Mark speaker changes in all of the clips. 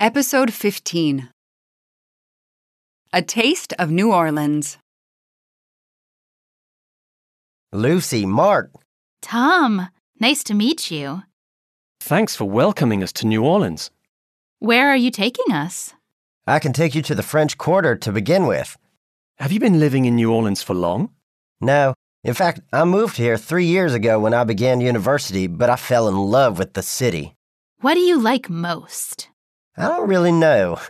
Speaker 1: Episode 15 A Taste of New Orleans.
Speaker 2: Lucy, Mark,
Speaker 3: Tom, nice to meet you.
Speaker 4: Thanks for welcoming us to New Orleans.
Speaker 3: Where are you taking us?
Speaker 2: I can take you to the French Quarter to begin with.
Speaker 4: Have you been living in New Orleans for long?
Speaker 2: No, in fact, I moved here three years ago when I began university, but I fell in love with the city.
Speaker 3: What do you like most?
Speaker 2: I don't really know.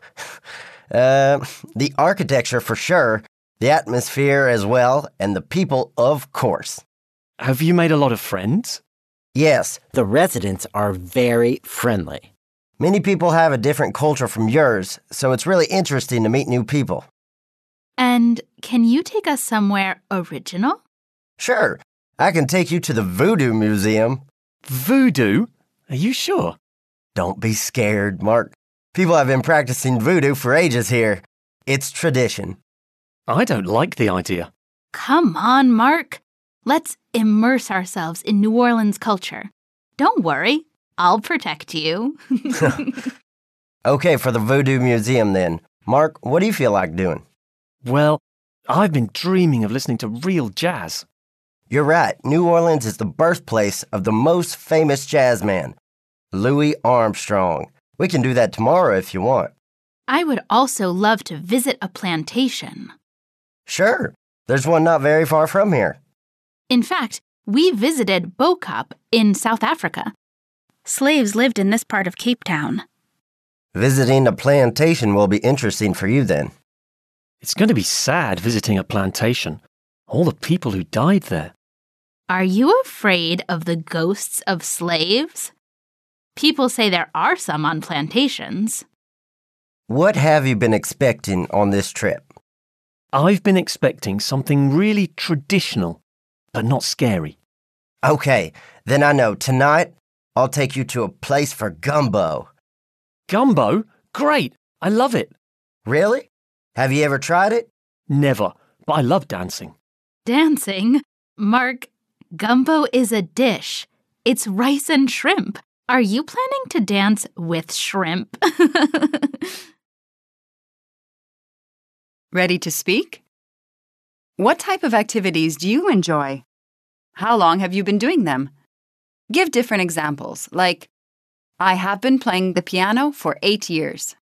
Speaker 2: uh, the architecture for sure, the atmosphere as well, and the people, of course.
Speaker 4: Have you made a lot of friends?
Speaker 2: Yes,
Speaker 5: The residents are very friendly.
Speaker 2: many people have a different culture from yours, so it's really interesting to meet new people.
Speaker 3: And can you take us somewhere original?
Speaker 2: Sure, I can take you to the Voodoo Museum.
Speaker 4: Voodoo? Are you sure?
Speaker 2: Don't be scared, Mark. People have been practicing voodoo for ages here. It's tradition.
Speaker 4: I don't like the idea.
Speaker 3: Come on, Mark. Let's immerse ourselves in New Orleans culture. Don't worry, I'll protect you.
Speaker 2: Okay, for the Voodoo Museum then. Mark, what do you feel like doing?
Speaker 4: Well, I've been dreaming of listening to real jazz.
Speaker 2: You're right, New Orleans is the birthplace of the most famous jazz man, Louis Armstrong. We can do that tomorrow if you want.
Speaker 3: I would also love to visit a plantation.
Speaker 2: Sure, there's one not very far from here.
Speaker 3: In fact, we visited Bokop in South Africa. Slaves lived in this part of Cape Town.
Speaker 2: Visiting a plantation will be interesting for you then.
Speaker 4: It's going to be sad visiting a plantation. All the people who died there.
Speaker 3: Are you afraid of the ghosts of slaves? People say there are some on plantations.
Speaker 2: What have you been expecting on this trip?
Speaker 4: I've been expecting something really traditional, but not scary.
Speaker 2: Okay, then I know. Tonight, I'll take you to a place for gumbo.
Speaker 4: Gumbo? Great! I love it.
Speaker 2: Really? Have you ever tried it?
Speaker 4: Never, but I love dancing.
Speaker 3: Dancing? Mark, gumbo is a dish. It's rice and shrimp. Are you planning to dance with shrimp?
Speaker 1: Ready to speak? What type of activities do you enjoy? How long have you been doing them? Give different examples, like I have been playing the piano for eight years.